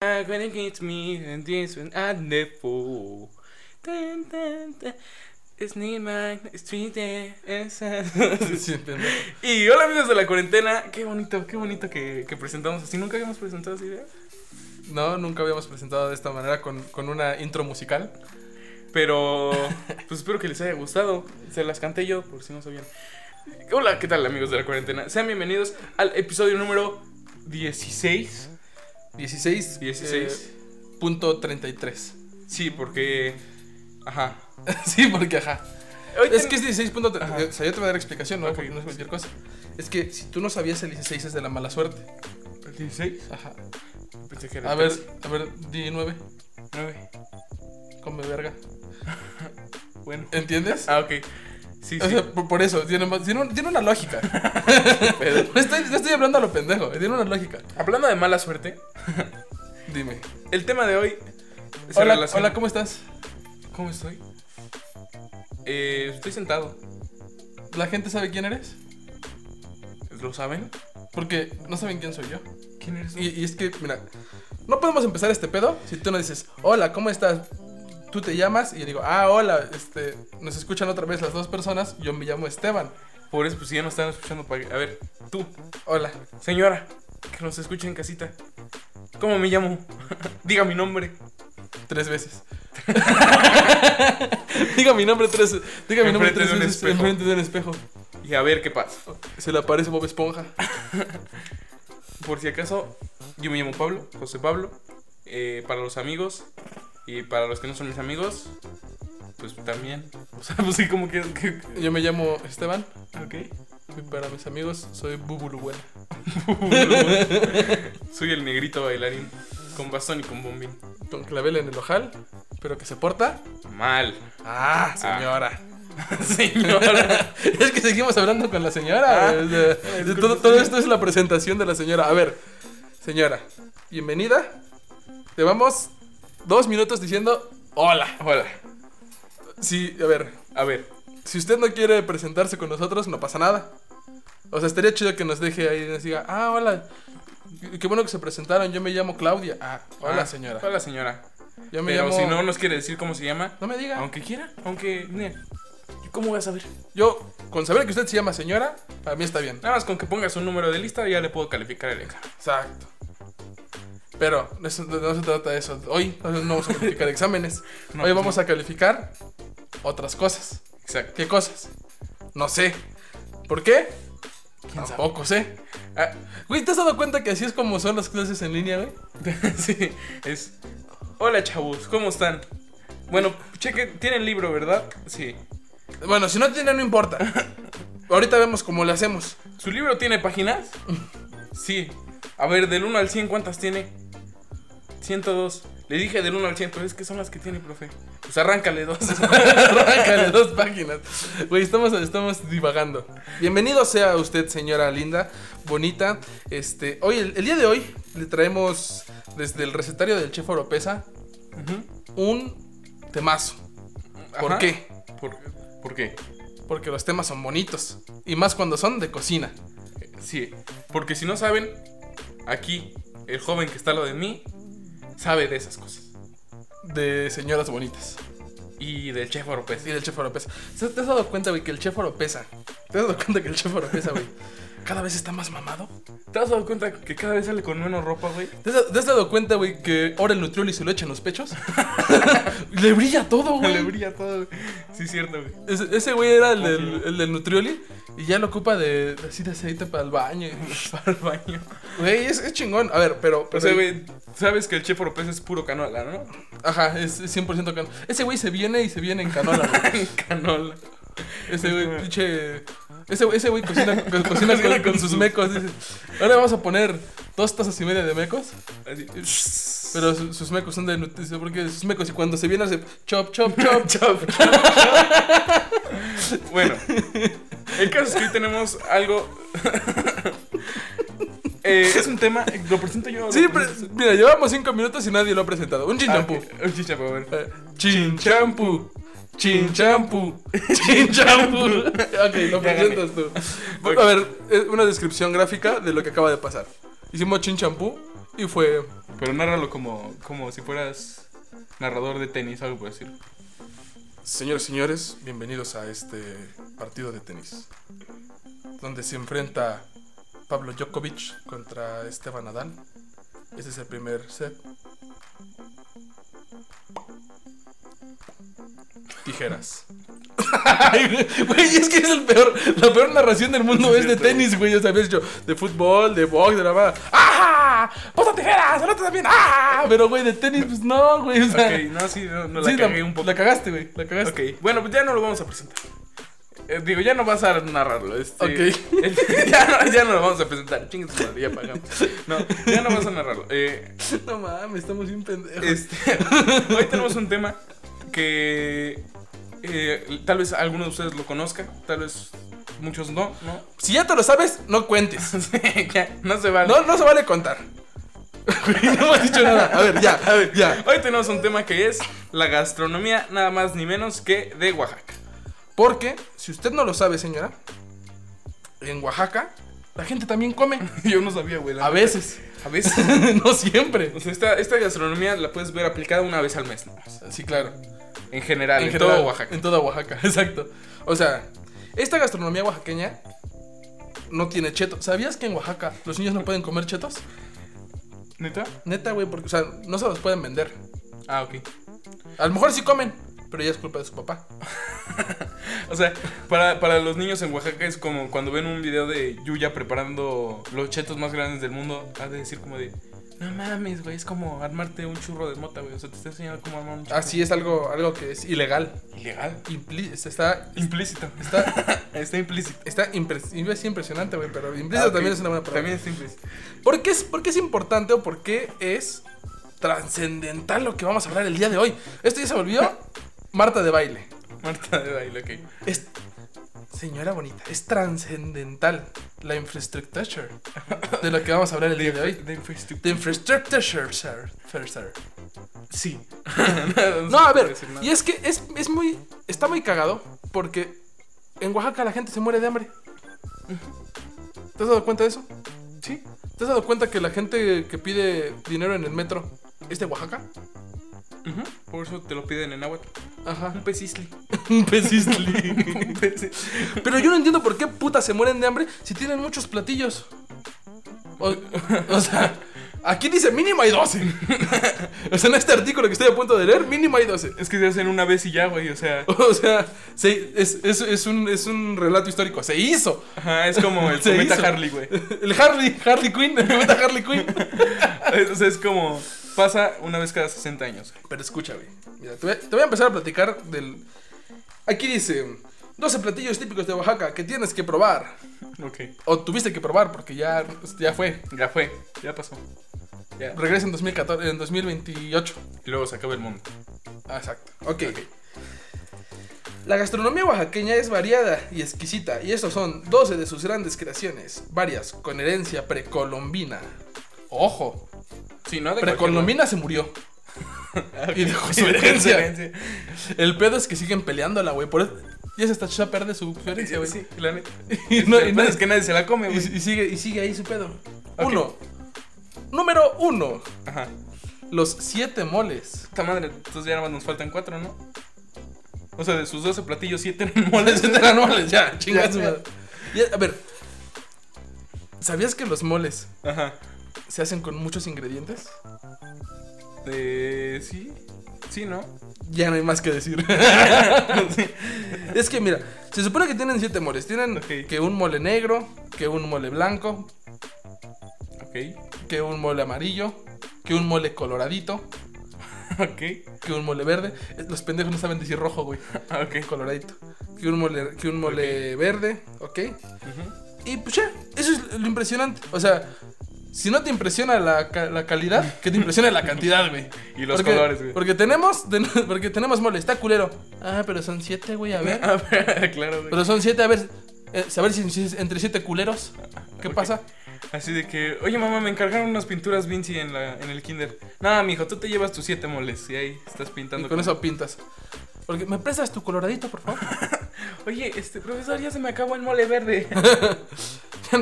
back Ah, when it gets me and this when I never. Tan, tan, tan. It's not mine, it's treated as a- Y hola amigos de la cuarentena, qué bonito, qué bonito que, que presentamos así. Nunca habíamos presentado así, ¿eh? No, nunca habíamos presentado de esta manera con, con una intro musical. Pero pues espero que les haya gustado. Se las canté yo por si no sabían. Hola, ¿qué tal amigos de la cuarentena? Sean bienvenidos al episodio número 16. 16. 16. eh, punto 33. Sí, porque... Ajá. sí, porque ajá. Hoy Es ten- que es 16. punto tre- Ajá. O sea, yo te voy a dar explicación, ¿no? Ok. Porque no es cualquier cosa. Es que si tú no sabías el 16 es de la mala suerte. ¿El 16? Ajá. Pensé que era A ver, a ver, 19. 9. Come verga. Bueno. ¿Entiendes? Ah, ok. Sí, O sí. sea, por, por eso, tiene, más- tiene un- tiene una lógica. Pero- No estoy, no estoy hablando a lo pendejo, eh, tiene una lógica. Hablando de mala suerte, Dime. el tema de hoy... se Hola, relaciona- hola, ¿cómo estás? ¿Cómo estoy? Eh, estoy sentado. ¿La gente sabe quién eres? ¿Lo saben? Porque no saben quién soy yo. ¿Quién eres? tú? Y, y es que, mira, no podemos empezar este pedo si tú no dices, hola, ¿cómo estás? Tú te llamas y yo digo, ah, hola, este, nos escuchan otra vez las dos personas, yo me llamo Esteban. Por eso, pues si ya nos están escuchando. pa' que- A ver, tú, Hola. señora, que nos escucha en casita. ¿Cómo me llamo? Diga mi nombre. Tres veces. diga mi nombre tres, diga mi nombre Enfrente tres de un veces espejo. enfrente de un espejo. Y a ver qué pasa. Se le aparece Bob Esponja. Por si acaso, yo me llamo Pablo, José Pablo. eh, para los amigos y para los que no son mis amigos, pues también. O sea, pues sí, como que. que- Yo me llamo Esteban ok. y para mis amigos soy Bubulubuela. Soy el negrito bailarín. Con bastón y con bombín. Con clavel en el ojal, pero que se porta. Mal. Ah, señora. Señora. Es que seguimos hablando con la señora. Ah. o sea, todo, todo esto es la presentación de la señora. A ver, señora, bienvenida. Llevamos dos minutos diciendo hola. Hola. Sí, a ver, A ver. si usted no quiere presentarse con nosotros, no pasa nada. O sea, estaría chido que nos deje ahí y nos diga, ah, hola. Qué bueno que se presentaron, yo me llamo Claudia. Ah, hola Ah, señora. Hola, señora. Yo me Pero llamo... si no nos quiere decir cómo se llama, No me diga. aunque quiera, aunque. mira, ¿Cómo vas a saber? Yo, con saber que usted se llama señora, para mí está bien. Nada más con que pongas un número de lista, ya le puedo calificar el examen. Exacto. Pero eso- no se trata de eso. Hoy no vamos a calificar exámenes. No, Hoy pues vamos a calificar otras cosas. Exacto. ¿Qué cosas? No sé. ¿Por qué? ¿Quién sabe? Tampoco sé. Ah, Güey, ¿te has dado cuenta que así es como son las clases en línea, güey? sí, es. Hola, chavos, ¿cómo están? Bueno, cheque, tienen libro, ¿verdad? Sí. Bueno, si no tiene, no importa. Ahorita vemos cómo le hacemos. ¿Su libro tiene páginas? Sí. A ver, del 1 al 100, ¿cuántas tiene? 102. Le dije del 1 al 100, pero es que son las que tiene, profe. Pues arráncale dos. Arráncale dos páginas. Güey, estamos, estamos divagando. Bienvenido sea usted, señora linda, bonita. Este, hoy, el, el día de hoy, le traemos desde el recetario del chef Oropesa Ujú. un temazo. ¿Por Ajá. qué? ¿Por, ¿Por qué? Porque los temas son bonitos. Y más cuando son de cocina. Sí, porque si no saben, aquí el joven que está al lado de mí sabe de esas cosas. De señoras bonitas. Y del chef Y Oropez. del chef Oropesa. ¿Te has dado cuenta, güey, que el chef Oropesa? ¿Te has dado cuenta que el chef Oropesa, güey, cada vez está más mamado? ¿Te has dado cuenta que cada vez sale con menos ropa, güey? ¿Te has, te has dado cuenta, güey, que ahora el Nutrioli se lo echa en los pechos? Le brilla todo, güey. Le brilla todo. güey. Sí, es cierto, güey. Ese ese güey era el Ah, del, sí. el del Nutrioli y ya lo ocupa de, de así de aceite para el baño. Para el baño. Güey, es, es chingón. A ver, pero. O pero- sea, güey, sabes que el chef Oropez es puro canola, ¿no? Ajá, es es 100% canola. Ese güey se viene y se viene en canola, güey. canola. Ese güey, pinche. Ese, güey- ese güey cocina, co- cocina Cocina con, con con sus sus- mecos. dice, Ahora vamos a poner dos tazas y media de mecos. Así. Pero su- sus mecos son de nutrición. Porque sus mecos, y cuando se viene hace chop, chop, chop. Chop, chop, chop. Bueno, el caso es que hoy tenemos algo. Eh, es un tema. Lo presento yo. Sí, lo pero, presento- mira, llevamos cinco minutos y nadie lo ha presentado. Un Ah, chinchampú. ok, Un chinchampú, a ver. Eh, Chinchampú. Chinchampú. Chinchampú. ok, lo Ya presentas tú. A ver, eh, una descripción gráfica de lo que acaba de pasar. Hicimos chinchampú Y fue. Pero nárralo como, como si fueras narrador de tenis, algo por decir. Señores, señores, bienvenidos a este partido de tenis. Donde se enfrenta Pablo Djokovic contra Esteban Adán. Ese es el primer set. Tijeras. Ay, güey, es que es el peor, la peor narración del mundo Sí, es de cierto, güey. tenis, güey. O sea, habías dicho de fútbol, de box, de la mala. ¡Ah! ¡Ponte tijeras! ¡El otro también! ¡Ah! Pero, güey, de tenis, pues no, güey. O sea, Ok, no, sí, no, no la sí, cagué un poco. La cagaste, güey. La cagaste. Ok, bueno, pues ya no lo vamos a presentar. Eh, digo, ya no vas a narrarlo. Este, Ok. el- ya, no, ya no lo vamos a presentar. Chingue su madre, ya pagamos. No, ya no vas a narrarlo. Eh, No mames, estamos bien pendejos. este, hoy tenemos un tema que eh, tal vez alguno de ustedes lo conozca, tal vez muchos no, ¿no? Si ya te lo sabes, no cuentes. Ya, no se vale. No, no se vale contar. Güey, no me has dicho nada. A ver, ya, a ver, ya. Hoy tenemos un tema que es la gastronomía, nada más ni menos que de Oaxaca. Porque, si usted no lo sabe, señora, en Oaxaca, la gente también come. Yo no sabía, güey. la A neta. veces. A veces. no siempre. O sea, esta, esta gastronomía la puedes ver aplicada una vez al mes, ¿no? O sea, Sí, claro. En general, en, general, todo Oaxaca. En toda Oaxaca, exacto. O sea, esta gastronomía oaxaqueña no tiene cheto. ¿Sabías que en Oaxaca los niños no pueden comer chetos? ¿Neta? Neta, güey, porque, o sea, no se los pueden vender. Ah, ok. A lo mejor sí comen, pero ya es culpa de su papá. O sea, para, para los niños en Oaxaca es como cuando ven un video de Yuya preparando los chetos más grandes del mundo, has de decir como de, no mames, güey, es como armarte un churro de mota, güey. O sea, te está enseñando cómo armar un churro. Así Ah, es algo, algo que es ilegal. Ilegal. Impli- está, Implícito. está, Está implícito. está impres- iba a decir impresionante, güey, pero Ah, implícito ok. también es una buena palabra. También está implícito. ¿Por, qué es, por qué es importante o por qué es trascendental lo que vamos a hablar el día de hoy? Esto ya se volvió Marta de baile. Marta de baile, ok. Es, señora bonita, es trascendental la infraestructura de lo que vamos a hablar el día de hoy. De infraestructura. De infraestructura, sir, sir, sir. Sí. No, a ver, decir nada. y es que es, es muy. Está muy cagado porque en Oaxaca la gente se muere de hambre. ¿Te has dado cuenta de eso? Sí. ¿Te has dado cuenta que la gente que pide dinero en el metro es de Oaxaca? Ujú. Por eso te lo piden en agua. Ajá. Un pesisli. Un pesisli. Un pesi- Pues Pero yo no entiendo por qué puta se mueren de hambre si tienen muchos platillos. O, o sea, aquí dice mínimo hay 12. O sea, en este artículo que estoy a punto de leer, mínimo hay 12. Es que se hacen una vez y ya, güey. O sea, O sea, se- es, es- es un, es un relato histórico. Se hizo. ajá, es como el Se cometa hizo. Harley, güey. El Harley, Harley Quinn, me gusta Harley Quinn. O sea, es como pasa una vez cada 60 años. Pero escucha, güey. Mira, te voy, te voy a empezar a platicar del. Aquí dice: 12 platillos típicos de Oaxaca que tienes que probar. Ok. O tuviste que probar porque ya, este, ya fue. Ya fue, ya pasó. Ya. Regresa en, 2014, en 2028. Y luego se acaba el mundo. Ah, exacto. ok. La gastronomía oaxaqueña es variada y exquisita, y estos son 12 de sus grandes creaciones, varias con herencia precolombina. Ojo, Sí, ¿no? De Ah, precolombina se murió. cualquier- y dejó su Y dejó herencia. herencia. El pedo es que siguen peleándola, güey. Por eso ya se está hecha a perder su herencia, güey. Sí, la neta. Y, no- No, y no- es que nadie se la come, y- güey. y sigue, y sigue ahí su pedo. Ok. Uno. Número uno. Ajá. Los siete moles. Esta madre, entonces ya nada más nos faltan cuatro, ¿no? O sea, de sus 12 platillos, 7 eran moles. Moles eran moles, ya, Ya, chingas ya. A ver. ¿Sabías que los moles Ajá. se hacen con muchos ingredientes? Eh, sí. Sí, ¿no? Ya no hay más que decir. Sí. es que mira, se supone que tienen siete moles. Tienen Ok. que un mole negro, que un mole blanco, Ok. que un mole amarillo, que un mole coloradito, Ok. que un mole verde. Eh, Los pendejos no saben decir rojo, güey. Ok. Coloradito. Que un mole, que un mole verde, ¿ok? Ujú. Y pues ya, eso es lo impresionante. O sea, si no te impresiona la, ca- la calidad, que te impresiona la cantidad, güey. Y los Porque- colores, güey. Porque tenemos, de- porque tenemos mole, está culero. Ah, pero son siete, güey, a ver. A ver, claro, güey. Pero son siete, a ver. eh, saber si, si es entre siete culeros. ¿Qué Ok. pasa? Así de que, oye mamá, me encargaron unas pinturas Vinci en, la, en el kinder. Nada, mijo, tú te llevas tus siete moles y ahí estás Y pintando. con eso pintas. Porque, ¿me prestas tu coloradito, por favor? Oye, este profesor, ya se me acabó el mole verde.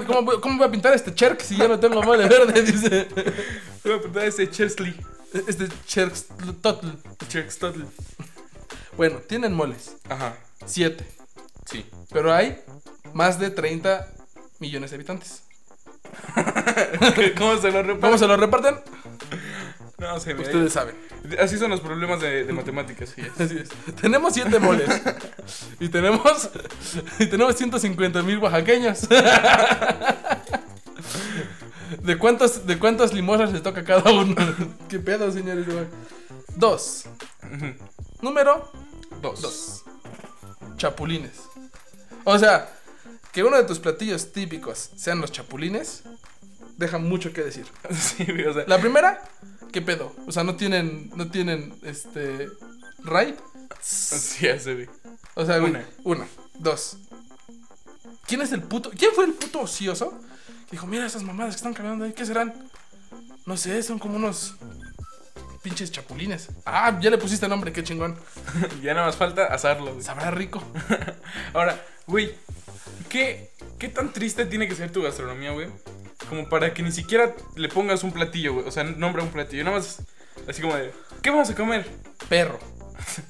¿Cómo voy, cómo voy a pintar este Cherk si ya no tengo mole verde? Dice. Voy a preguntar a ese Chersly. Este Cherk Totl. Cherkstotl. Bueno, tienen moles. Ajá. Siete. Sí. Pero hay más de 30 millones de habitantes. ¿Cómo se lo reparten? ¿Cómo se los reparten? No sé, mira, Ustedes saben. Así son los problemas de, de matemáticas. sí, es. Así es. Tenemos siete moles. Y tenemos. Y tenemos 150 mil oaxaqueños. ¿De cuántas, ¿De cuántas limosas le toca a cada uno? ¿Qué pedo, señores? de Oaxaca? Dos. Número Dos. dos. Chapulines. O sea, que uno de tus platillos típicos sean los chapulines, deja mucho que decir. Sí, güey, o sea, La primera, ¿qué pedo? O sea, no tienen, no tienen, este, raid. así hace, güey. O sea, güey, Una. una, dos. ¿Quién es el puto? ¿Quién fue el puto ocioso? Que dijo, mira esas mamadas que están caminando ahí, ¿qué serán? No sé, son como unos pinches chapulines. Ah, ya le pusiste nombre, qué chingón. Ya nada más falta asarlo, güey. Sabrá rico. Ahora, güey, ¿qué, ¿qué tan triste tiene que ser tu gastronomía, güey? Como para que ni siquiera le pongas un platillo, güey. O sea, nombra un platillo. Nada más, así como de, ¿qué vamos a comer? Perro.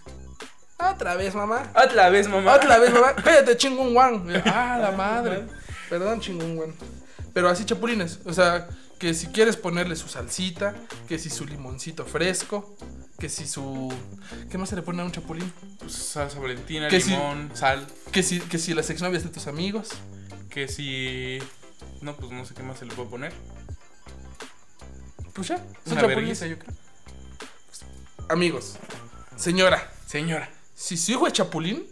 Otra vez, mamá. Otra vez, mamá. Otra vez, mamá. Cállate, chingón Juan. Ah, la madre. Perdón, chingón Juan. Pero así chapulines. O sea, que si quieres ponerle su salsita, que si su limoncito fresco, que si su. ¿Qué más se le pone a un chapulín? Pues, salsa valentina, Que sí. limón, sal. Que si, que si las exnovias de tus amigos. Que si... No, pues no sé qué más se le puede poner. Pues ya. Son Una chapulines. vergüenza, yo creo. Amigos. Señora, Señora, si su hijo es chapulín,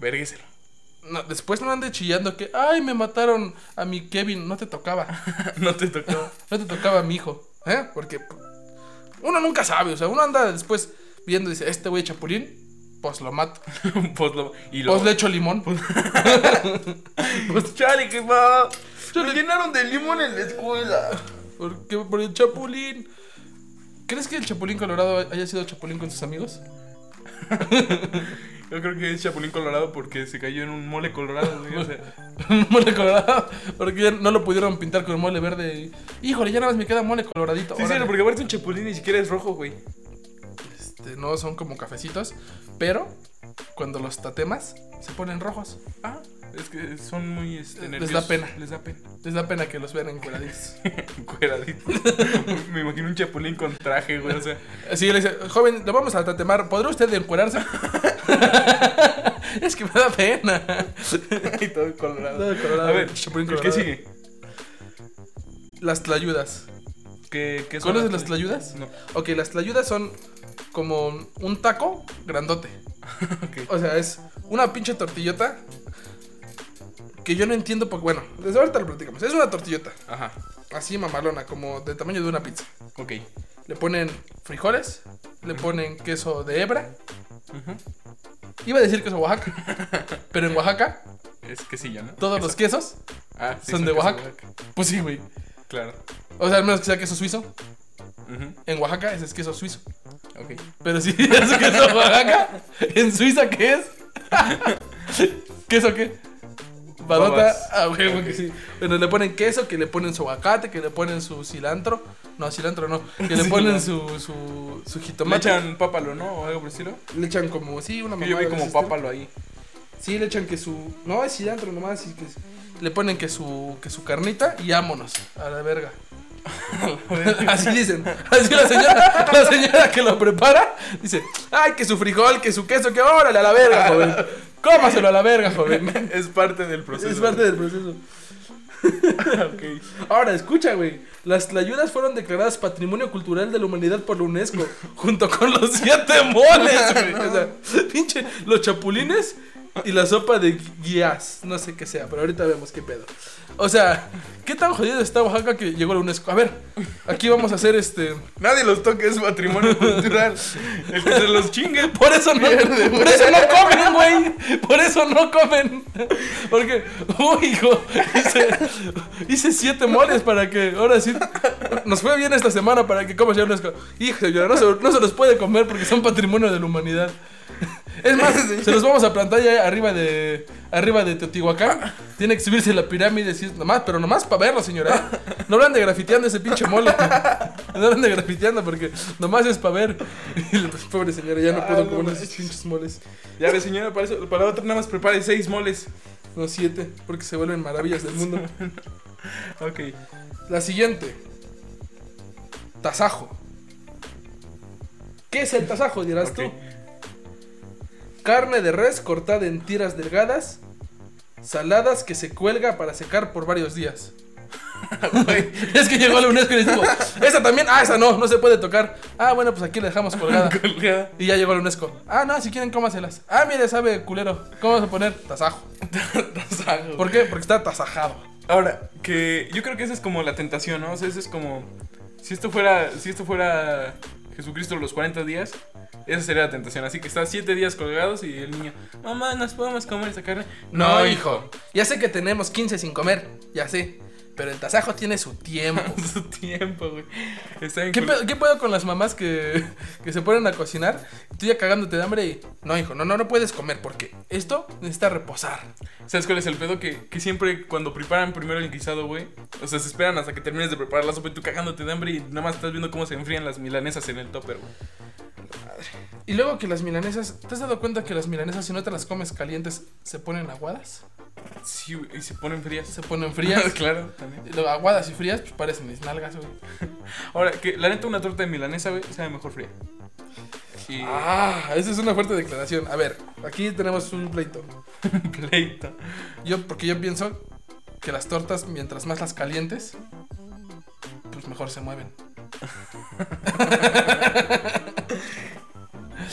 verguéselo. no, después no ande chillando que, ay, me mataron a mi Kevin, no te tocaba. no te tocó. No te tocaba a mi hijo, ¿eh? Porque p- uno nunca sabe, o sea, uno anda después viendo y dice, este güey chapulín, pues lo mato, pues lo... Y lo... pues le echo limón. Pues chale, que va. Lo llenaron de limón en la escuela. Porque por el chapulín. ¿Crees que el chapulín colorado haya sido chapulín con sus amigos? Yo creo que es Chapulín Colorado porque se cayó en un mole colorado. güey, o sea, mole colorado, porque ya no lo pudieron pintar con mole verde. y- Híjole, ya nada más me queda mole coloradito. sí, sí, órale. porque aparte un chapulín ni siquiera es rojo, güey. Este, no son como cafecitos, pero cuando los tatemas se ponen rojos. Ah, es que son muy este, Les da nerviosos. pena. Les da pena. Les da pena que los vean encueraditos. Encueradito. Me imagino un chapulín con traje, güey. O sea, Así le dice, joven, lo vamos a tatemar. ¿Podrá usted encuerarse? es que me da pena. y todo colorado. Todo colorado, A ver, chapulín ¿el ¿qué colorado. sigue? Las tlayudas. ¿Qué, qué son ¿Conoces las tlayudas? No. Ok, las tlayudas son como un taco grandote. Ok. O sea, es una pinche tortillota que yo no entiendo porque, bueno, desde ahorita lo platicamos. Es una tortillota, Ajá. así mamalona, como del tamaño de una pizza. Ok. Le ponen frijoles, le ponen queso de hebra. Ujú. Iba a decir queso Oaxaca, pero en Oaxaca Es que sí, ya, ¿no? todos los quesos Ah, sí, son de queso Oaxaca. Pues sí, güey. Claro. O sea, al menos que sea queso suizo. Ujú. En Oaxaca ese es queso suizo. Ok. Pero si es queso Oaxaca, ¿en Suiza qué es? ¿Queso qué? Badota. Babas. Ah, huevo que sí. Bueno, le ponen queso, que le ponen su aguacate, que le ponen su cilantro. No, cilantro no. Que le ponen su, su, su ¿Le jitomate. echan pápalo, no? ¿O algo por el estilo? Le echan como, sí, una Que mamada. Yo vi de como ese estilo. pápalo ahí. Sí, le echan que su. No, es cilantro nomás. y que es- Le ponen que su, que su carnita y vámonos. A la verga. Así dicen. Así la señora, la señora que lo prepara dice, ay, que su frijol, que su queso, que órale a la verga, joven. Cómaselo a la verga, joven. Es parte del proceso. Es parte del proceso. Ok. Ahora, escucha, güey. Las tlayudas fueron declaradas Patrimonio Cultural de la Humanidad por la UNESCO, junto con los siete moles, güey. O sea, pinche, los chapulines y la sopa de guías. No sé qué sea, pero ahorita vemos qué pedo. O sea, ¿qué tan jodido está Oaxaca que llegó la UNESCO? A ver, aquí vamos a hacer este... Nadie los toque, es patrimonio cultural. El que se los chingue. Por eso no, Pierde, por eso no comen, güey. Por eso no comen. Porque, uy, hijo, hice, hice siete moles para que, ahora sí, nos fue bien esta semana para que comas ya unas co- Hijo, señora, no se, no se los puede comer porque son patrimonio de la humanidad. Es más, se los vamos a plantar ya arriba de arriba de Teotihuacán. Tiene que subirse la pirámide, si es nomás, pero nomás para verlo, señora. ¿eh? No hablan de grafiteando ese pinche mole. No hablan de grafiteando porque nomás es para ver. Y la pobre señora ya no Ah, puedo no comer manches. esos pinches moles. Ya ve, señora, para, eso- para la otra nada más prepare seis moles. No, siete, porque se vuelven maravillas del mundo. Ok. La siguiente. Tasajo. ¿Qué es el tasajo, dirás Ok. tú? Carne de res cortada en tiras delgadas, saladas que se cuelga para secar por varios días. Ah, Güey, es que llegó la UNESCO y les dijo, esa también, ah, esa no, no se puede tocar. Ah, bueno, pues aquí la dejamos colgada. Colgada. Y ya llegó la UNESCO. Ah, no, si quieren cómaselas. Ah, mire, sabe culero. ¿Cómo vamos a poner? Tasajo. Tasajo. ¿Por qué? Porque está tasajado. Ahora, que yo creo que esa es como la tentación, ¿no? O sea, esa es como. Si esto fuera. Si esto fuera Jesucristo los 40 días, esa sería la tentación. Así que está 7 días colgados y el niño, mamá, ¿nos podemos comer esa carne? Ya sé que tenemos 15 sin comer, ya sé. Pero el tasajo tiene su tiempo. Su tiempo, güey. Está bien ¿Qué cul- pedo, qué pedo con las mamás que, que se ponen a cocinar? Tú ya cagándote de hambre y. No, hijo, no, no, no puedes comer porque esto necesita reposar. ¿Sabes cuál es el pedo? Que, que siempre cuando preparan primero el guisado, güey. O sea, se esperan hasta que termines de preparar la sopa y tú cagándote de hambre y nada más estás viendo cómo se enfrían las milanesas en el topper, güey. Y luego que las milanesas. ¿Te has dado cuenta que las milanesas, si no te las comes calientes, se ponen aguadas? Sí, güey, y se ponen frías. Se ponen frías. claro, también. Y luego aguadas y frías, pues parecen mis nalgas, güey. Ahora, que la neta, una torta de milanesa, güey, sabe mejor fría. Y Ah, esa es una fuerte declaración. A ver, aquí tenemos un pleito. pleito. Yo, porque yo pienso que las tortas, mientras más las calientes, pues mejor se mueven.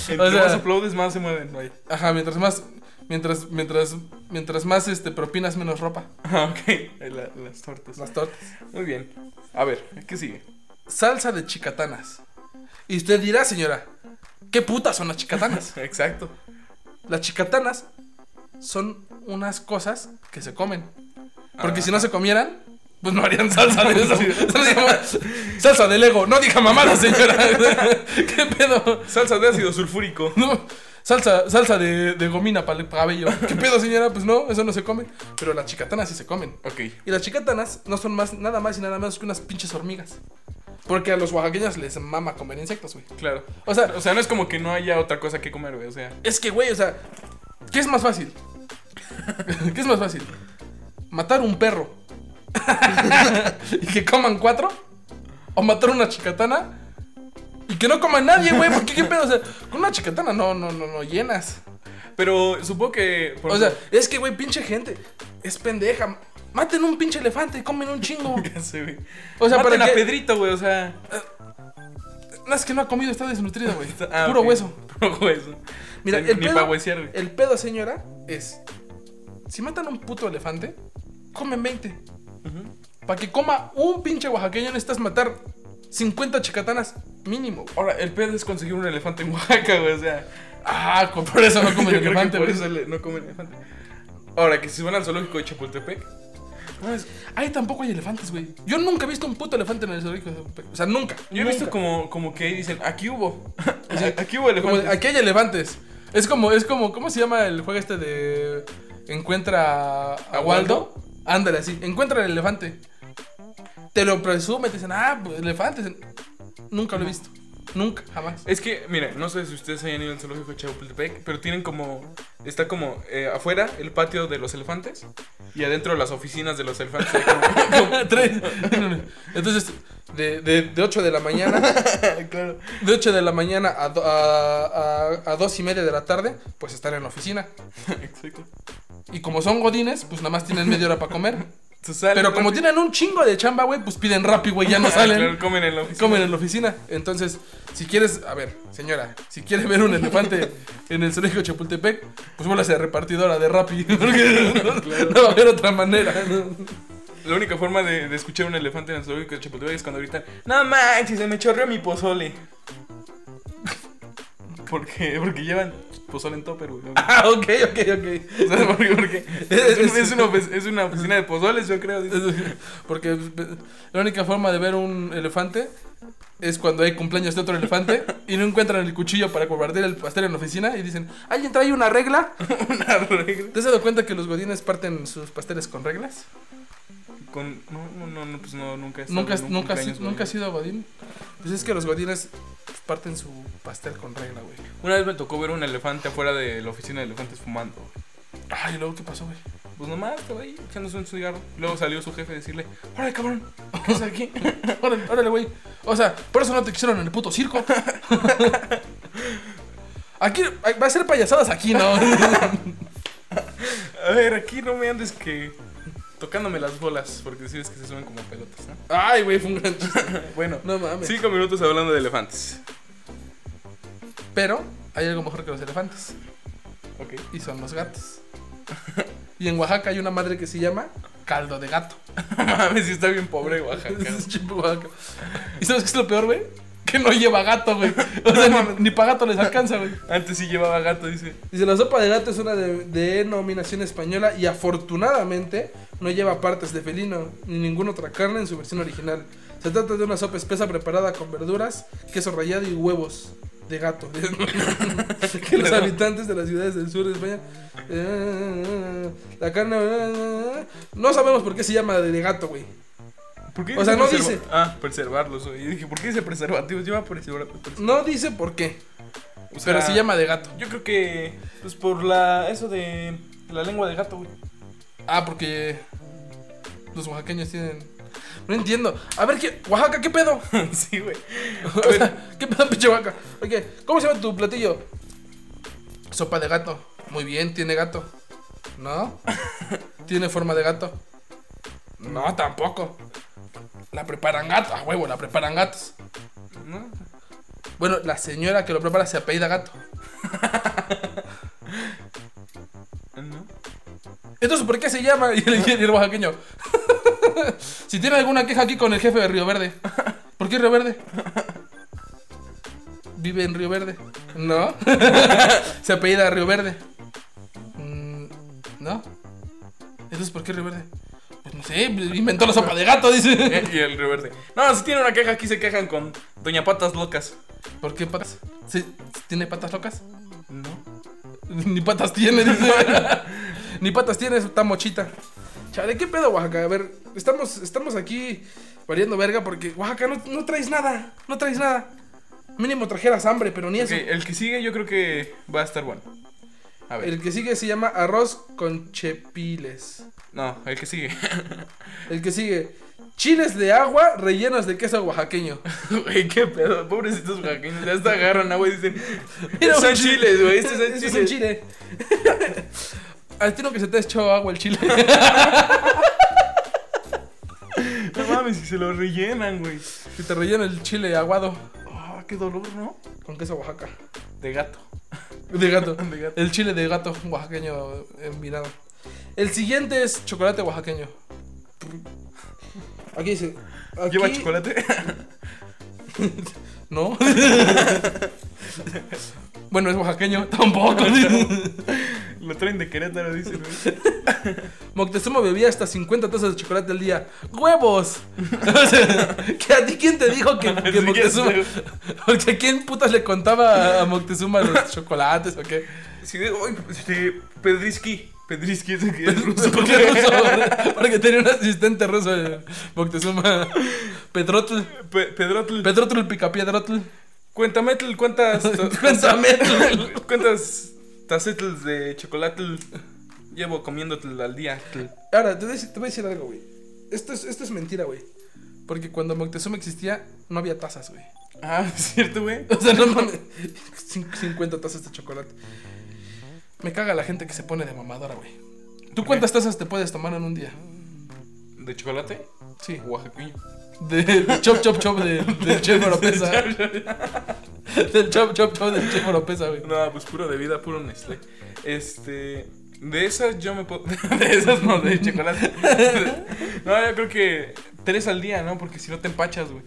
Entre O sea- más aplaudes, más se mueven, güey. Ajá, mientras más. Mientras, mientras, mientras más este, propinas, menos ropa. Ah, ok. La- las tortas. Las tortas. Muy bien. A ver, ¿qué sigue? Salsa de chicatanas. Y usted dirá, señora, ¿qué putas son las chicatanas? Exacto. las chicatanas son unas cosas que se comen. Porque Ah. si no se comieran, pues no harían salsa de eso. salsa de Lego. No diga mamada, señora. ¿Qué pedo? Salsa de ácido sulfúrico. No, salsa, salsa de, de gomina para el cabello. ¿Qué pedo, señora? Pues no, eso no se come. Pero las chicatanas sí se comen. Ok. Y las chicatanas no son más, nada más y nada menos que unas pinches hormigas. Porque a los oaxaqueños les mama comer insectos, güey. Claro. O sea, O sea, no es como que no haya otra cosa que comer, güey. O sea, es que, güey, o sea, ¿qué es más fácil? ¿Qué es más fácil? ¿Matar un perro y que coman cuatro? ¿O matar una chicatana y que no coma nadie, güey? Porque qué pedo, o sea, con una chicatana no, no, no, no llenas. pero supongo que. por O sea, ejemplo- es que, güey, pinche gente. Es pendeja. Maten un pinche elefante y comen un chingo. Ya sé, güey. O sea, Maten para a que... Pedrito, güey, o sea. No, es que no ha comido, está desnutrido, güey. ah, Pues, Puro ok. hueso. Puro hueso. Mira, Ni- el Ni pedo- para huesear, güey. El pedo, señora, es... Si matan a un puto elefante, comen 20. Ujú. Para que coma un pinche oaxaqueño necesitas matar 50 chicatanas mínimo. güey. Ahora, el pedo es conseguir un elefante en Oaxaca, güey, o sea. Ah, con- por eso no comen Yo creo que elefante, por güey. eso le- no comen elefante. Ahora, que si van al zoológico de Chapultepec. No, es- Ahí tampoco hay elefantes, güey. Yo nunca he visto un puto elefante en el zoológico. O sea, nunca. Yo he visto nunca. como, como que ahí dicen, aquí hubo. O sea, aquí hubo Como elefantes. de, aquí hay elefantes. Es como, es como, ¿cómo se llama el juego este de encuentra a, a ¿A Waldo? Waldo? Ándale así, encuentra el elefante. Te lo presume, te dicen, ah, pues, elefantes. Nunca lo he visto. Nunca, jamás. Es que, mira, no sé si ustedes hayan ido al zoológico de Chapultepec, pero tienen como. Está como eh, afuera el patio de los elefantes y adentro las oficinas de los elefantes. Hay como- Tres. Entonces, de, de, de 8 de la mañana, claro. de 8 de la mañana a, do- a, a- a 2 y media de la tarde, pues están en la oficina. Exacto. Y como son godines, pues nada más tienen media hora para comer. Se salen Pero como rápido. tienen un chingo de chamba, güey, pues piden rápido, güey, ya no Ah, salen. claro, comen en la oficina. comen en la oficina. Entonces, si quieres, a ver, señora, si quiere ver un elefante en el zoológico de Chapultepec, pues vuélvase repartidora de Rappi. Porque no, no va a haber otra manera. La única forma de, de escuchar un elefante en el zoológico de Chapultepec es cuando gritan, no manches, se me chorreó mi pozole. ¿Por qué? Porque llevan pozole en topper, güey. Ah, ok, ok, ok. ¿Sabes por qué? Porque es, un- es una, ofi- es una oficina de pozoles, yo creo. dice. Porque la única forma de ver un elefante es cuando hay cumpleaños de otro elefante y no encuentran el cuchillo para compartir el pastel en la oficina y dicen, ¿alguien trae una regla? Una regla. ¿Te has dado cuenta que los godines parten sus pasteles con reglas? Con, no, no, no, no, pues no, nunca he estado ¿Nunca, has- en un nunca, has- cumpleaños nunca has godín. sido godín? Pues es que los godines parten su pastel con regla, güey. Una vez me tocó ver un elefante afuera de la oficina de elefantes fumando. güey. Ay, ¿y luego qué pasó, güey? Pues nomás estaba ahí echándose un cigarro. Luego salió su jefe a decirle, ¡Órale, cabrón! ¿Qué es aquí? Órale, órale, güey. O sea, por eso no te quisieron en el puto circo. Aquí va a ser payasadas aquí, ¿no? A ver, aquí no me andes que... Tocándome las bolas, porque si ves que se suben como pelotas, ¿no? Ay, güey, fue un gran chiste. Bueno, No mames. cinco minutos hablando de elefantes. Pero hay algo mejor que los elefantes. Ok. Y son los gatos. Y en Oaxaca hay una madre que se llama caldo de gato. Mames, sí está bien pobre Oaxaca. Es chimpo Oaxaca. ¿Y sabes qué es lo peor, güey? Que no lleva gato, güey. O sea, ni, ni para gato les alcanza, güey. Antes sí llevaba gato, dice. Dice, la sopa de gato es una de- denominación española y afortunadamente no lleva partes de felino ni ninguna otra carne en su versión original. Se trata de una sopa espesa preparada con verduras, queso rallado y huevos de gato. que los habitantes de las ciudades del sur de España... eh, la carne... eh, no sabemos por qué se llama de, de gato, güey. ¿Por qué O sea, no preserva- dice. Ah, preservarlos. Y dije, ¿por qué dice preservativos? Lleva preservativos. No dice por qué, O sea, pero se llama de gato. Yo creo que. Pues por la. Eso de. La lengua de gato, güey. Ah, porque los oaxaqueños tienen... No entiendo. A ver, ¿qué? Oaxaca, ¿qué pedo? sí, güey. A O ver, sea, ¿Qué pedo, pinche vaca? Oye, ¿cómo se llama tu platillo? Sopa de gato. Muy bien, tiene gato. ¿No? ¿Tiene forma de gato? No, tampoco. La preparan gato. A huevo, la preparan gatos. ¿no? Bueno, la señora que lo prepara se apellida gato. ¿Eh, ¿No? Entonces, ¿por qué se llama? Y el, y el oaxaqueño. si tiene alguna queja aquí con el jefe de Río Verde. ¿Por qué Río Verde? Vive en Río Verde. ¿No? se apellida Río Verde. Mm, ¿No? Entonces, ¿por qué Río Verde? Pues no sé, inventó la sopa de gato, dice. Eh, y el reverde. No, si tiene una queja, aquí se quejan con Doña Patas Locas. ¿Por qué patas? ¿Sí- ¿Tiene patas locas? ¿No? Ni patas tiene, dice. Ni patas tiene, está mochita. Chale, ¿qué pedo, Oaxaca? A ver, estamos, estamos aquí variando verga porque, Oaxaca, no, no traes nada. No traes nada. Mínimo trajeras hambre, pero ni Ok, el que sigue, yo creo que va a estar bueno. A eso. ver. El que sigue se llama arroz con chepiles. No, el que sigue. El que sigue, chiles de agua rellenos de queso oaxaqueño. Güey, qué pedo. Pobrecitos oaxaqueños. Ya hasta agarran agua y dicen. Mira, son un chile. chiles, güey. Estos son Este chiles. es un chile. Al tiro que se te ha echado agua el chile. No mames, si se lo rellenan, güey. que te rellena el chile aguado Ah, qué dolor, ¿no? con queso Oaxaca. De gato. De gato. De gato. El chile de gato oaxaqueño envinado. El siguiente es chocolate oaxaqueño. Aquí dice. aquí- ¿Lleva chocolate? No. bueno, es oaxaqueño. Tampoco. Lo traen de Querétaro, dicen, güey. Moctezuma bebía hasta 50 tazas de chocolate al día. ¡Huevos! O sea, ¿que ¿A ti quién te dijo que, que Sí, ya Moctezuma? sé. Porque ¿a quién putas le contaba a Moctezuma los chocolates o qué? Sí, de- oye, este, Pedrisky. Pedrisky es el que es ruso. Porque, ruso, porque tenía un asistente ruso, el Moctezuma. Petrotl. Pe- Pedrotl. Petrotl picapiedrotl. Cuentametl, ¿cuántas? Cuéntame. ¿Cuántas tacetls de chocolate llevo comiéndotl al día? Ahora, te voy, a decir, te voy a decir algo, güey. Esto es, esto es mentira, güey. Porque cuando Moctezuma existía, no había tazas, güey. Ah, ¿es cierto, güey. O sea, no mames. Cin- 50 tazas de chocolate. Me caga la gente que se pone de mamadora, güey. ¿Tú cuántas tazas te puedes tomar en un día? ¿De chocolate? Sí. Oaxaqueño. De, de chop chop chop de- del chef Oropesa. del chop chop chop del chef Oropesa, güey. No, pues puro de vida, puro Nestlé. Este. De esas yo me puedo. De esas no, de chocolate. No, yo creo que tres al día, ¿no? Porque si no te empachas, güey.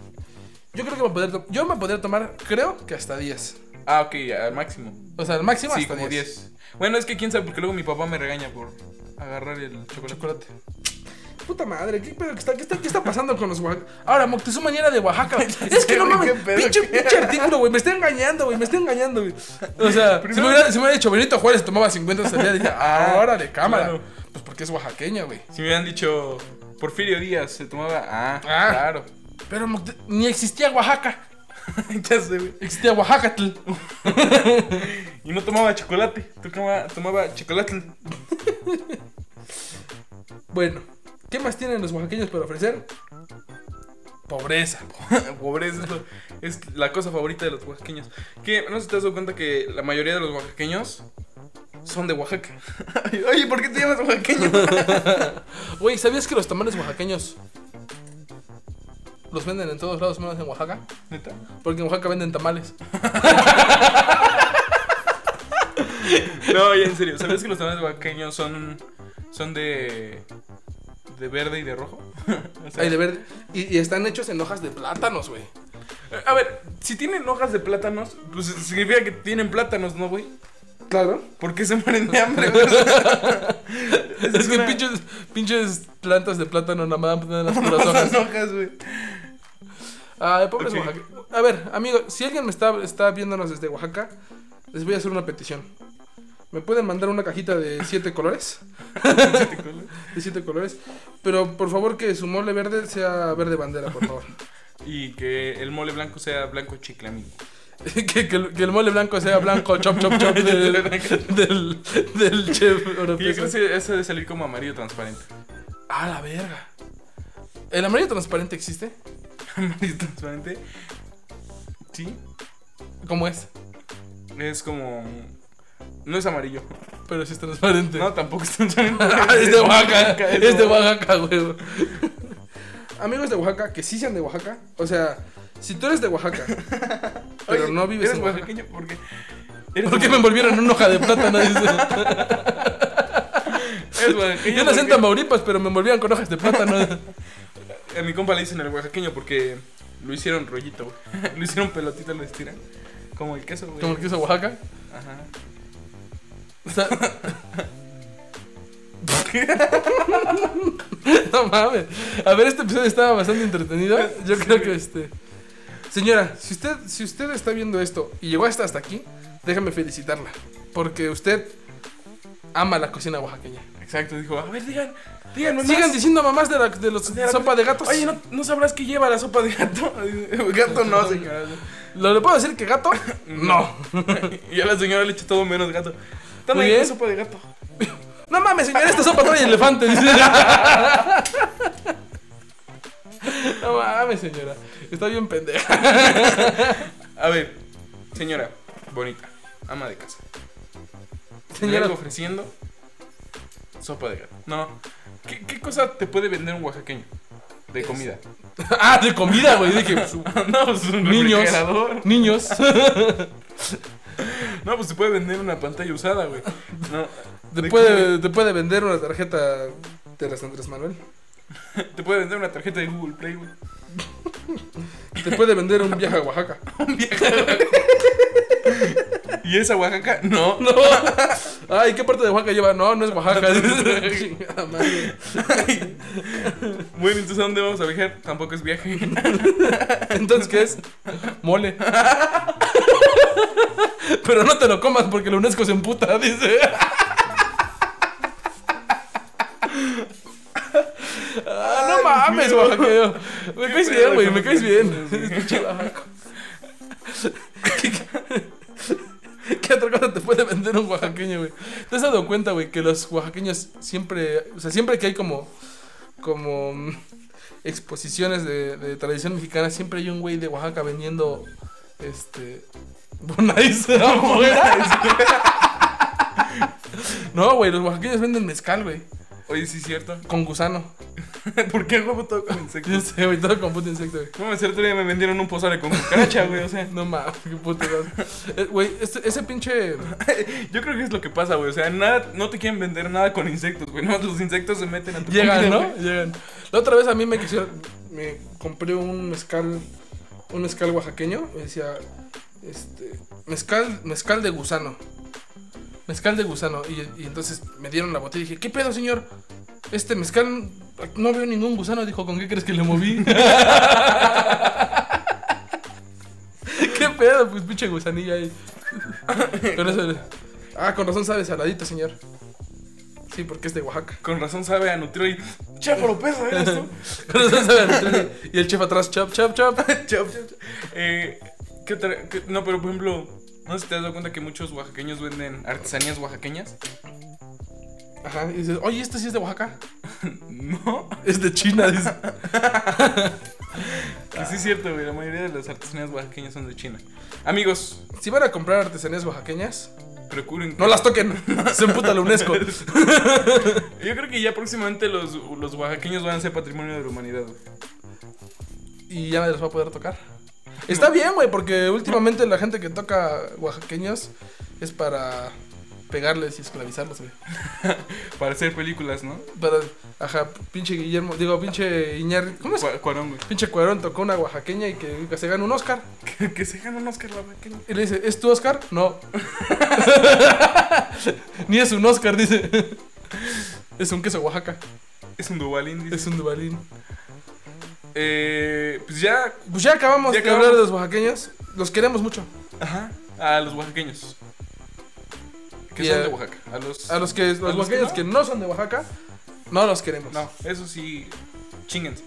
Yo creo que me podría, to- yo me podría tomar, creo que hasta 10. Ah, ok, al máximo. O sea, al máximo Sí, hasta como 10. Bueno, es que quién sabe, porque luego mi papá me regaña por agarrar el chocolate. Chocolate. Puta madre, ¿qué, pedo que está, qué, está, qué está pasando con los Oaxaca? Ahora, Moctezuma ya era de Oaxaca. güey. es que no mames, ¿Qué pedo pinche, que pinche artículo, güey. Me está engañando, güey. Me está engañando, güey. O sea, si me, hubiera, si me hubiera dicho Benito Juárez tomaba 50 salía, dije, ahora de cámara. Ah, Claro. Pues porque es oaxaqueña, güey. Si me hubieran dicho Porfirio Díaz se tomaba. Ah, Ah. claro. Pero Mocte- ni existía Oaxaca. ya sé, güey. Existía Oaxaca. Y no tomaba chocolate, tomaba, tomaba chocolate. Bueno, ¿qué más tienen los oaxaqueños para ofrecer? Pobreza. Pobreza es, lo- es la cosa favorita de los oaxaqueños. Que no sé si te has dado cuenta que la mayoría de los oaxaqueños son de Oaxaca. Oye, ¿por qué te llamas oaxaqueño? Güey, ¿sabías que los tamales oaxaqueños los venden en todos lados menos en Oaxaca? ¿Neta? Porque en Oaxaca venden tamales. No, ya en serio. ¿Sabías que los tamales oaxaqueños son, son de. de verde y de rojo? O sea, Ay, de ver- Y, y están hechos en hojas de plátanos, güey. A ver, si tienen hojas de plátanos, pues significa que tienen plátanos, ¿no, güey? Claro. ¿Por qué se mueren de hambre, güey? O sea, Es, que una- pinches, pinches plantas de plátano nada más dan las puras hojas. Las hojas, güey. Ay, pobres Ok. oaxaqueños. A ver, amigo, si alguien me está, está viéndonos desde Oaxaca, les voy a hacer una petición. ¿Me pueden mandar una cajita de siete colores? De siete colores. Pero por favor que su mole verde sea verde bandera, por favor. Y que el mole blanco sea blanco chicle, amigo. que, que el, que el mole blanco sea blanco, chop, chop, chop del, del, del chef Y yo creo europeo. que ese de salir como amarillo transparente. Ah, la verga. ¿El amarillo transparente existe? Amarillo transparente. Sí. ¿Cómo es? Es como. No es amarillo. Pero sí es transparente. No, tampoco es transparente. Este. Ah, es de Oaxaca, es es de Oaxaca. Oaxaca, güey. Amigos de Oaxaca, que sí sean de Oaxaca. O sea, si tú eres de Oaxaca, pero Oye, no vives eres en Oaxaca. oaxaqueño porque. Eres ¿Por qué oaxaqueño? me envolvieron en una hoja de plátano? Dice. Eres oaxaqueño Yo nací en porque- Tamaulipas, pero me envolvían con hojas de plátano. A mi compa le dicen el oaxaqueño porque lo hicieron rollito, güey. Lo hicieron pelotita, lo estiran. Como el queso, güey. Como el queso Oaxaca. Ajá. O sea- no mames. A ver, este episodio estaba bastante entretenido. Yo creo que este. Señora, si usted, si usted está viendo esto y llegó hasta, hasta aquí, déjame felicitarla. Porque usted ama la cocina oaxaqueña. Exacto, dijo, a ver, digan, digan, mamás. Sigan diciendo mamás de la, de los De la- sopa de gatos. Oye, ¿no, ¿no sabrás qué lleva la sopa de gato? Gato no, señora. ¿Lo le puedo decir que gato? No. Y a la señora le echa todo menos gato. Toma Muy ahí bien. la sopa de gato. No mames, señora, esta sopa trae elefante. dice. No mames, señora. Está bien pendeja. A ver, señora, bonita, ama de casa. Señora, Señora, ofreciendo sopa de gato. No, ¿qué, qué cosa te puede vender un oaxaqueño? De comida. Ah, de comida, güey. Dije, pues, no, pues un Niños. refrigerador. niños. No, pues te puede vender una pantalla usada, güey. No, Te ¿De puede, te puede vender una tarjeta de las Andrés Manuel. te puede vender una tarjeta de Google Play, güey. Te puede vender un viaje a Oaxaca. Un viejo. ¿Y esa Oaxaca? No. No. Ay, ¿qué parte de Oaxaca lleva? No, no es Oaxaca. Chingada madre. Bueno, entonces ¿a dónde vamos a viajar? Tampoco es viaje. Entonces, ¿qué es? Mole. Pero no te lo comas porque la UNESCO se emputa, dice. Ah, no mames, Dios mío. oaxaqueño. Me caes pedo bien, güey, con me los caes bien. oaxaqueños, güey? Pinche oaxaco. ¿Qué- qué- ¿Qué otra cosa te puede vender un oaxaqueño, güey? ¿Te has dado cuenta, güey, que los oaxaqueños siempre, o sea, siempre que hay como, como mm, exposiciones de, de tradición mexicana, siempre hay un güey de Oaxaca vendiendo, este, bonais afuera? No, güey, los oaxaqueños venden mezcal, güey, Oye, sí es cierto. con gusano. ¿Por qué huevo todo con Yo insectos? sé, güey, todo con puto insecto, güey. No, me cierto día me vendieron un pozole con cucaracha, güey. O sea, No mames, qué puto gas. Eh, Güey, este- ese pinche. yo creo que es lo que pasa, güey. O sea, nada, no te quieren vender nada con insectos, güey. No, los insectos se meten a tu Llegan, comida, ¿no? güey. Llegan. La otra vez a mí me quisieron. Me compré un mezcal. Un mezcal oaxaqueño. Me decía. Este. Mezcal, mezcal de gusano. Mezcal de gusano. Y, y entonces me dieron la botella y dije, ¿qué pedo, señor? Este mezcal No veo ningún gusano, dijo, ¿con qué crees que le moví? ¿Qué pedo? Pues pinche gusanillo ahí. Pero eso- Ah, con razón sabe saladito, señor. Sí, porque es de Oaxaca. Con razón sabe a Nutriol. Chapo López, ¿eres tú? Con razón sabe al- Y el chef atrás, chop, chop, chop. Chap, chap, chap. Eh, ¿qué otra- qué- No, pero por ejemplo, ¿no sé si te has dado cuenta que muchos oaxaqueños venden artesanías oaxaqueñas? Ajá, y dices, oye, este sí es de Oaxaca. No. Es de China, dice. Que sí es cierto, güey. La mayoría de las artesanías oaxaqueñas son de China. Amigos, Si van a comprar artesanías oaxaqueñas, procuren. que- no las toquen. Se emputa la UNESCO. Yo creo que ya próximamente los, los oaxaqueños van a ser patrimonio de la humanidad, güey. Y ya nadie las va a poder tocar. Está bien, güey, porque últimamente la gente que toca oaxaqueños es para pegarles y esclavizarlos, güey. Para hacer películas, ¿no? Para, ajá, pinche Guillermo, digo, pinche Iñar, ¿cómo es? Cua- Cuarón, güey. Pinche Cuarón tocó una oaxaqueña y que, que se gana un Oscar. Que, que se gana un Oscar la oaxaqueña. Y le dice, ¿es tu Oscar? No. Ni es un Oscar, dice. es un queso Oaxaca. Es un Dubalín, dice. Es un Dubalín. Eh, pues ya. Pues ya acabamos Ya de acabamos. hablar de los oaxaqueños. Los queremos mucho. Ajá. A los oaxaqueños. Que Y son a- de Oaxaca. A los. A los que los ¿A los oaxaqueños que que no? son de Oaxaca, no los queremos. No, eso sí. Chinguense.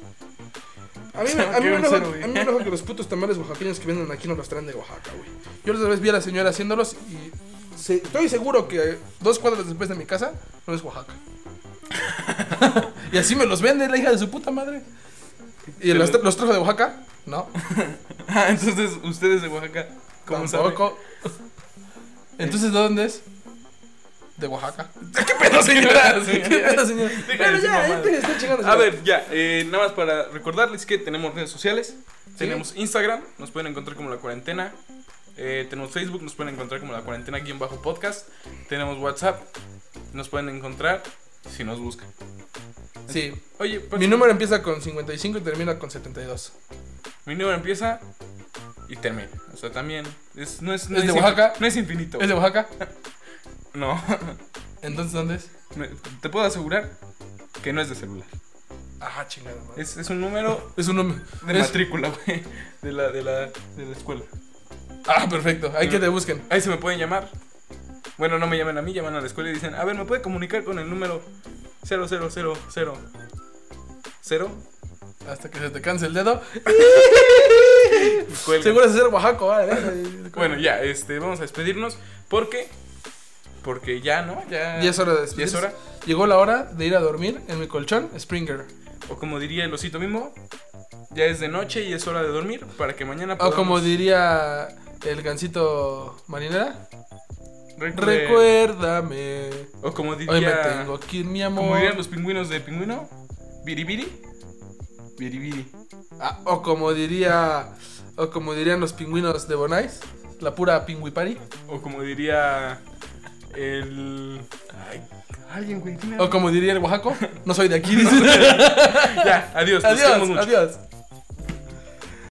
A mí, me- a mí Qué me enoja, grosero, güey. a mí me enoja que los putos tamales oaxaqueños que venden aquí no los traen de Oaxaca, güey. Yo la otra vez vi a la señora haciéndolos y se- estoy seguro que dos cuadras después de mi casa no es Oaxaca. y así me los vende la hija de su puta madre. ¿Y Pero- los, tra- los trajo de Oaxaca? No, Ah, entonces ustedes de Oaxaca, ¿cómo saben? tampoco. Entonces, ¿de dónde es? De Oaxaca. ¿Qué pedo, señora? ¿Qué pedo, señora? Deja Bueno, de decir ya, mamadas. este está chingando, A señora. ver, ya, eh, nada más para recordarles que tenemos redes sociales. Tenemos Instagram, nos pueden encontrar como La Cuarentena. Eh, tenemos Facebook, nos pueden encontrar como La Cuarentena aquí en bajo podcast. Tenemos WhatsApp, nos pueden encontrar si nos buscan. Sí, Oye, pues, mi número empieza con 55 y termina con 72. mi número empieza y termina. O sea, también es, no es, no ¿Es de infin- Oaxaca? No es infinito. ¿Es de Oaxaca? No, Entonces, ¿dónde es? me- te puedo asegurar que no es de celular. Ah, chingada madre. Es, es un número Es un nombre. de es- matrícula, güey, de la, de la, de la escuela. Ah, perfecto. Hay que te busquen. Ahí se me pueden llamar. Bueno, no me llaman a mí, llaman a la escuela y dicen, a ver, ¿me puede comunicar con el número 0000? ¿Cero? Hasta que se te canse el dedo. Cuelga. Seguro es ser Oaxaco, ¿vale? Bueno, ya, este, vamos a despedirnos porque... Porque ya, ¿no? Ya, Ya es hora de Ya despedirse. es hora. Llegó la hora de ir a dormir en mi colchón Springer. O como diría el osito mismo, ya es de noche y es hora de dormir para que mañana O podamos... como diría el gancito marinera. Recuerde- Recuérdame. O como Hoy me diría... tengo aquí mi Como amor. dirían los pingüinos de pingüino, biribiri. Biribiri. Ah, o como diría. O como dirían los pingüinos de Bonais. La pura pingüipari. O como diría el... Ay, alguien, güey. tiene O como diría el Oaxaco. No soy de aquí. dice. Ya, adiós. nos adiós, queremos mucho. adiós.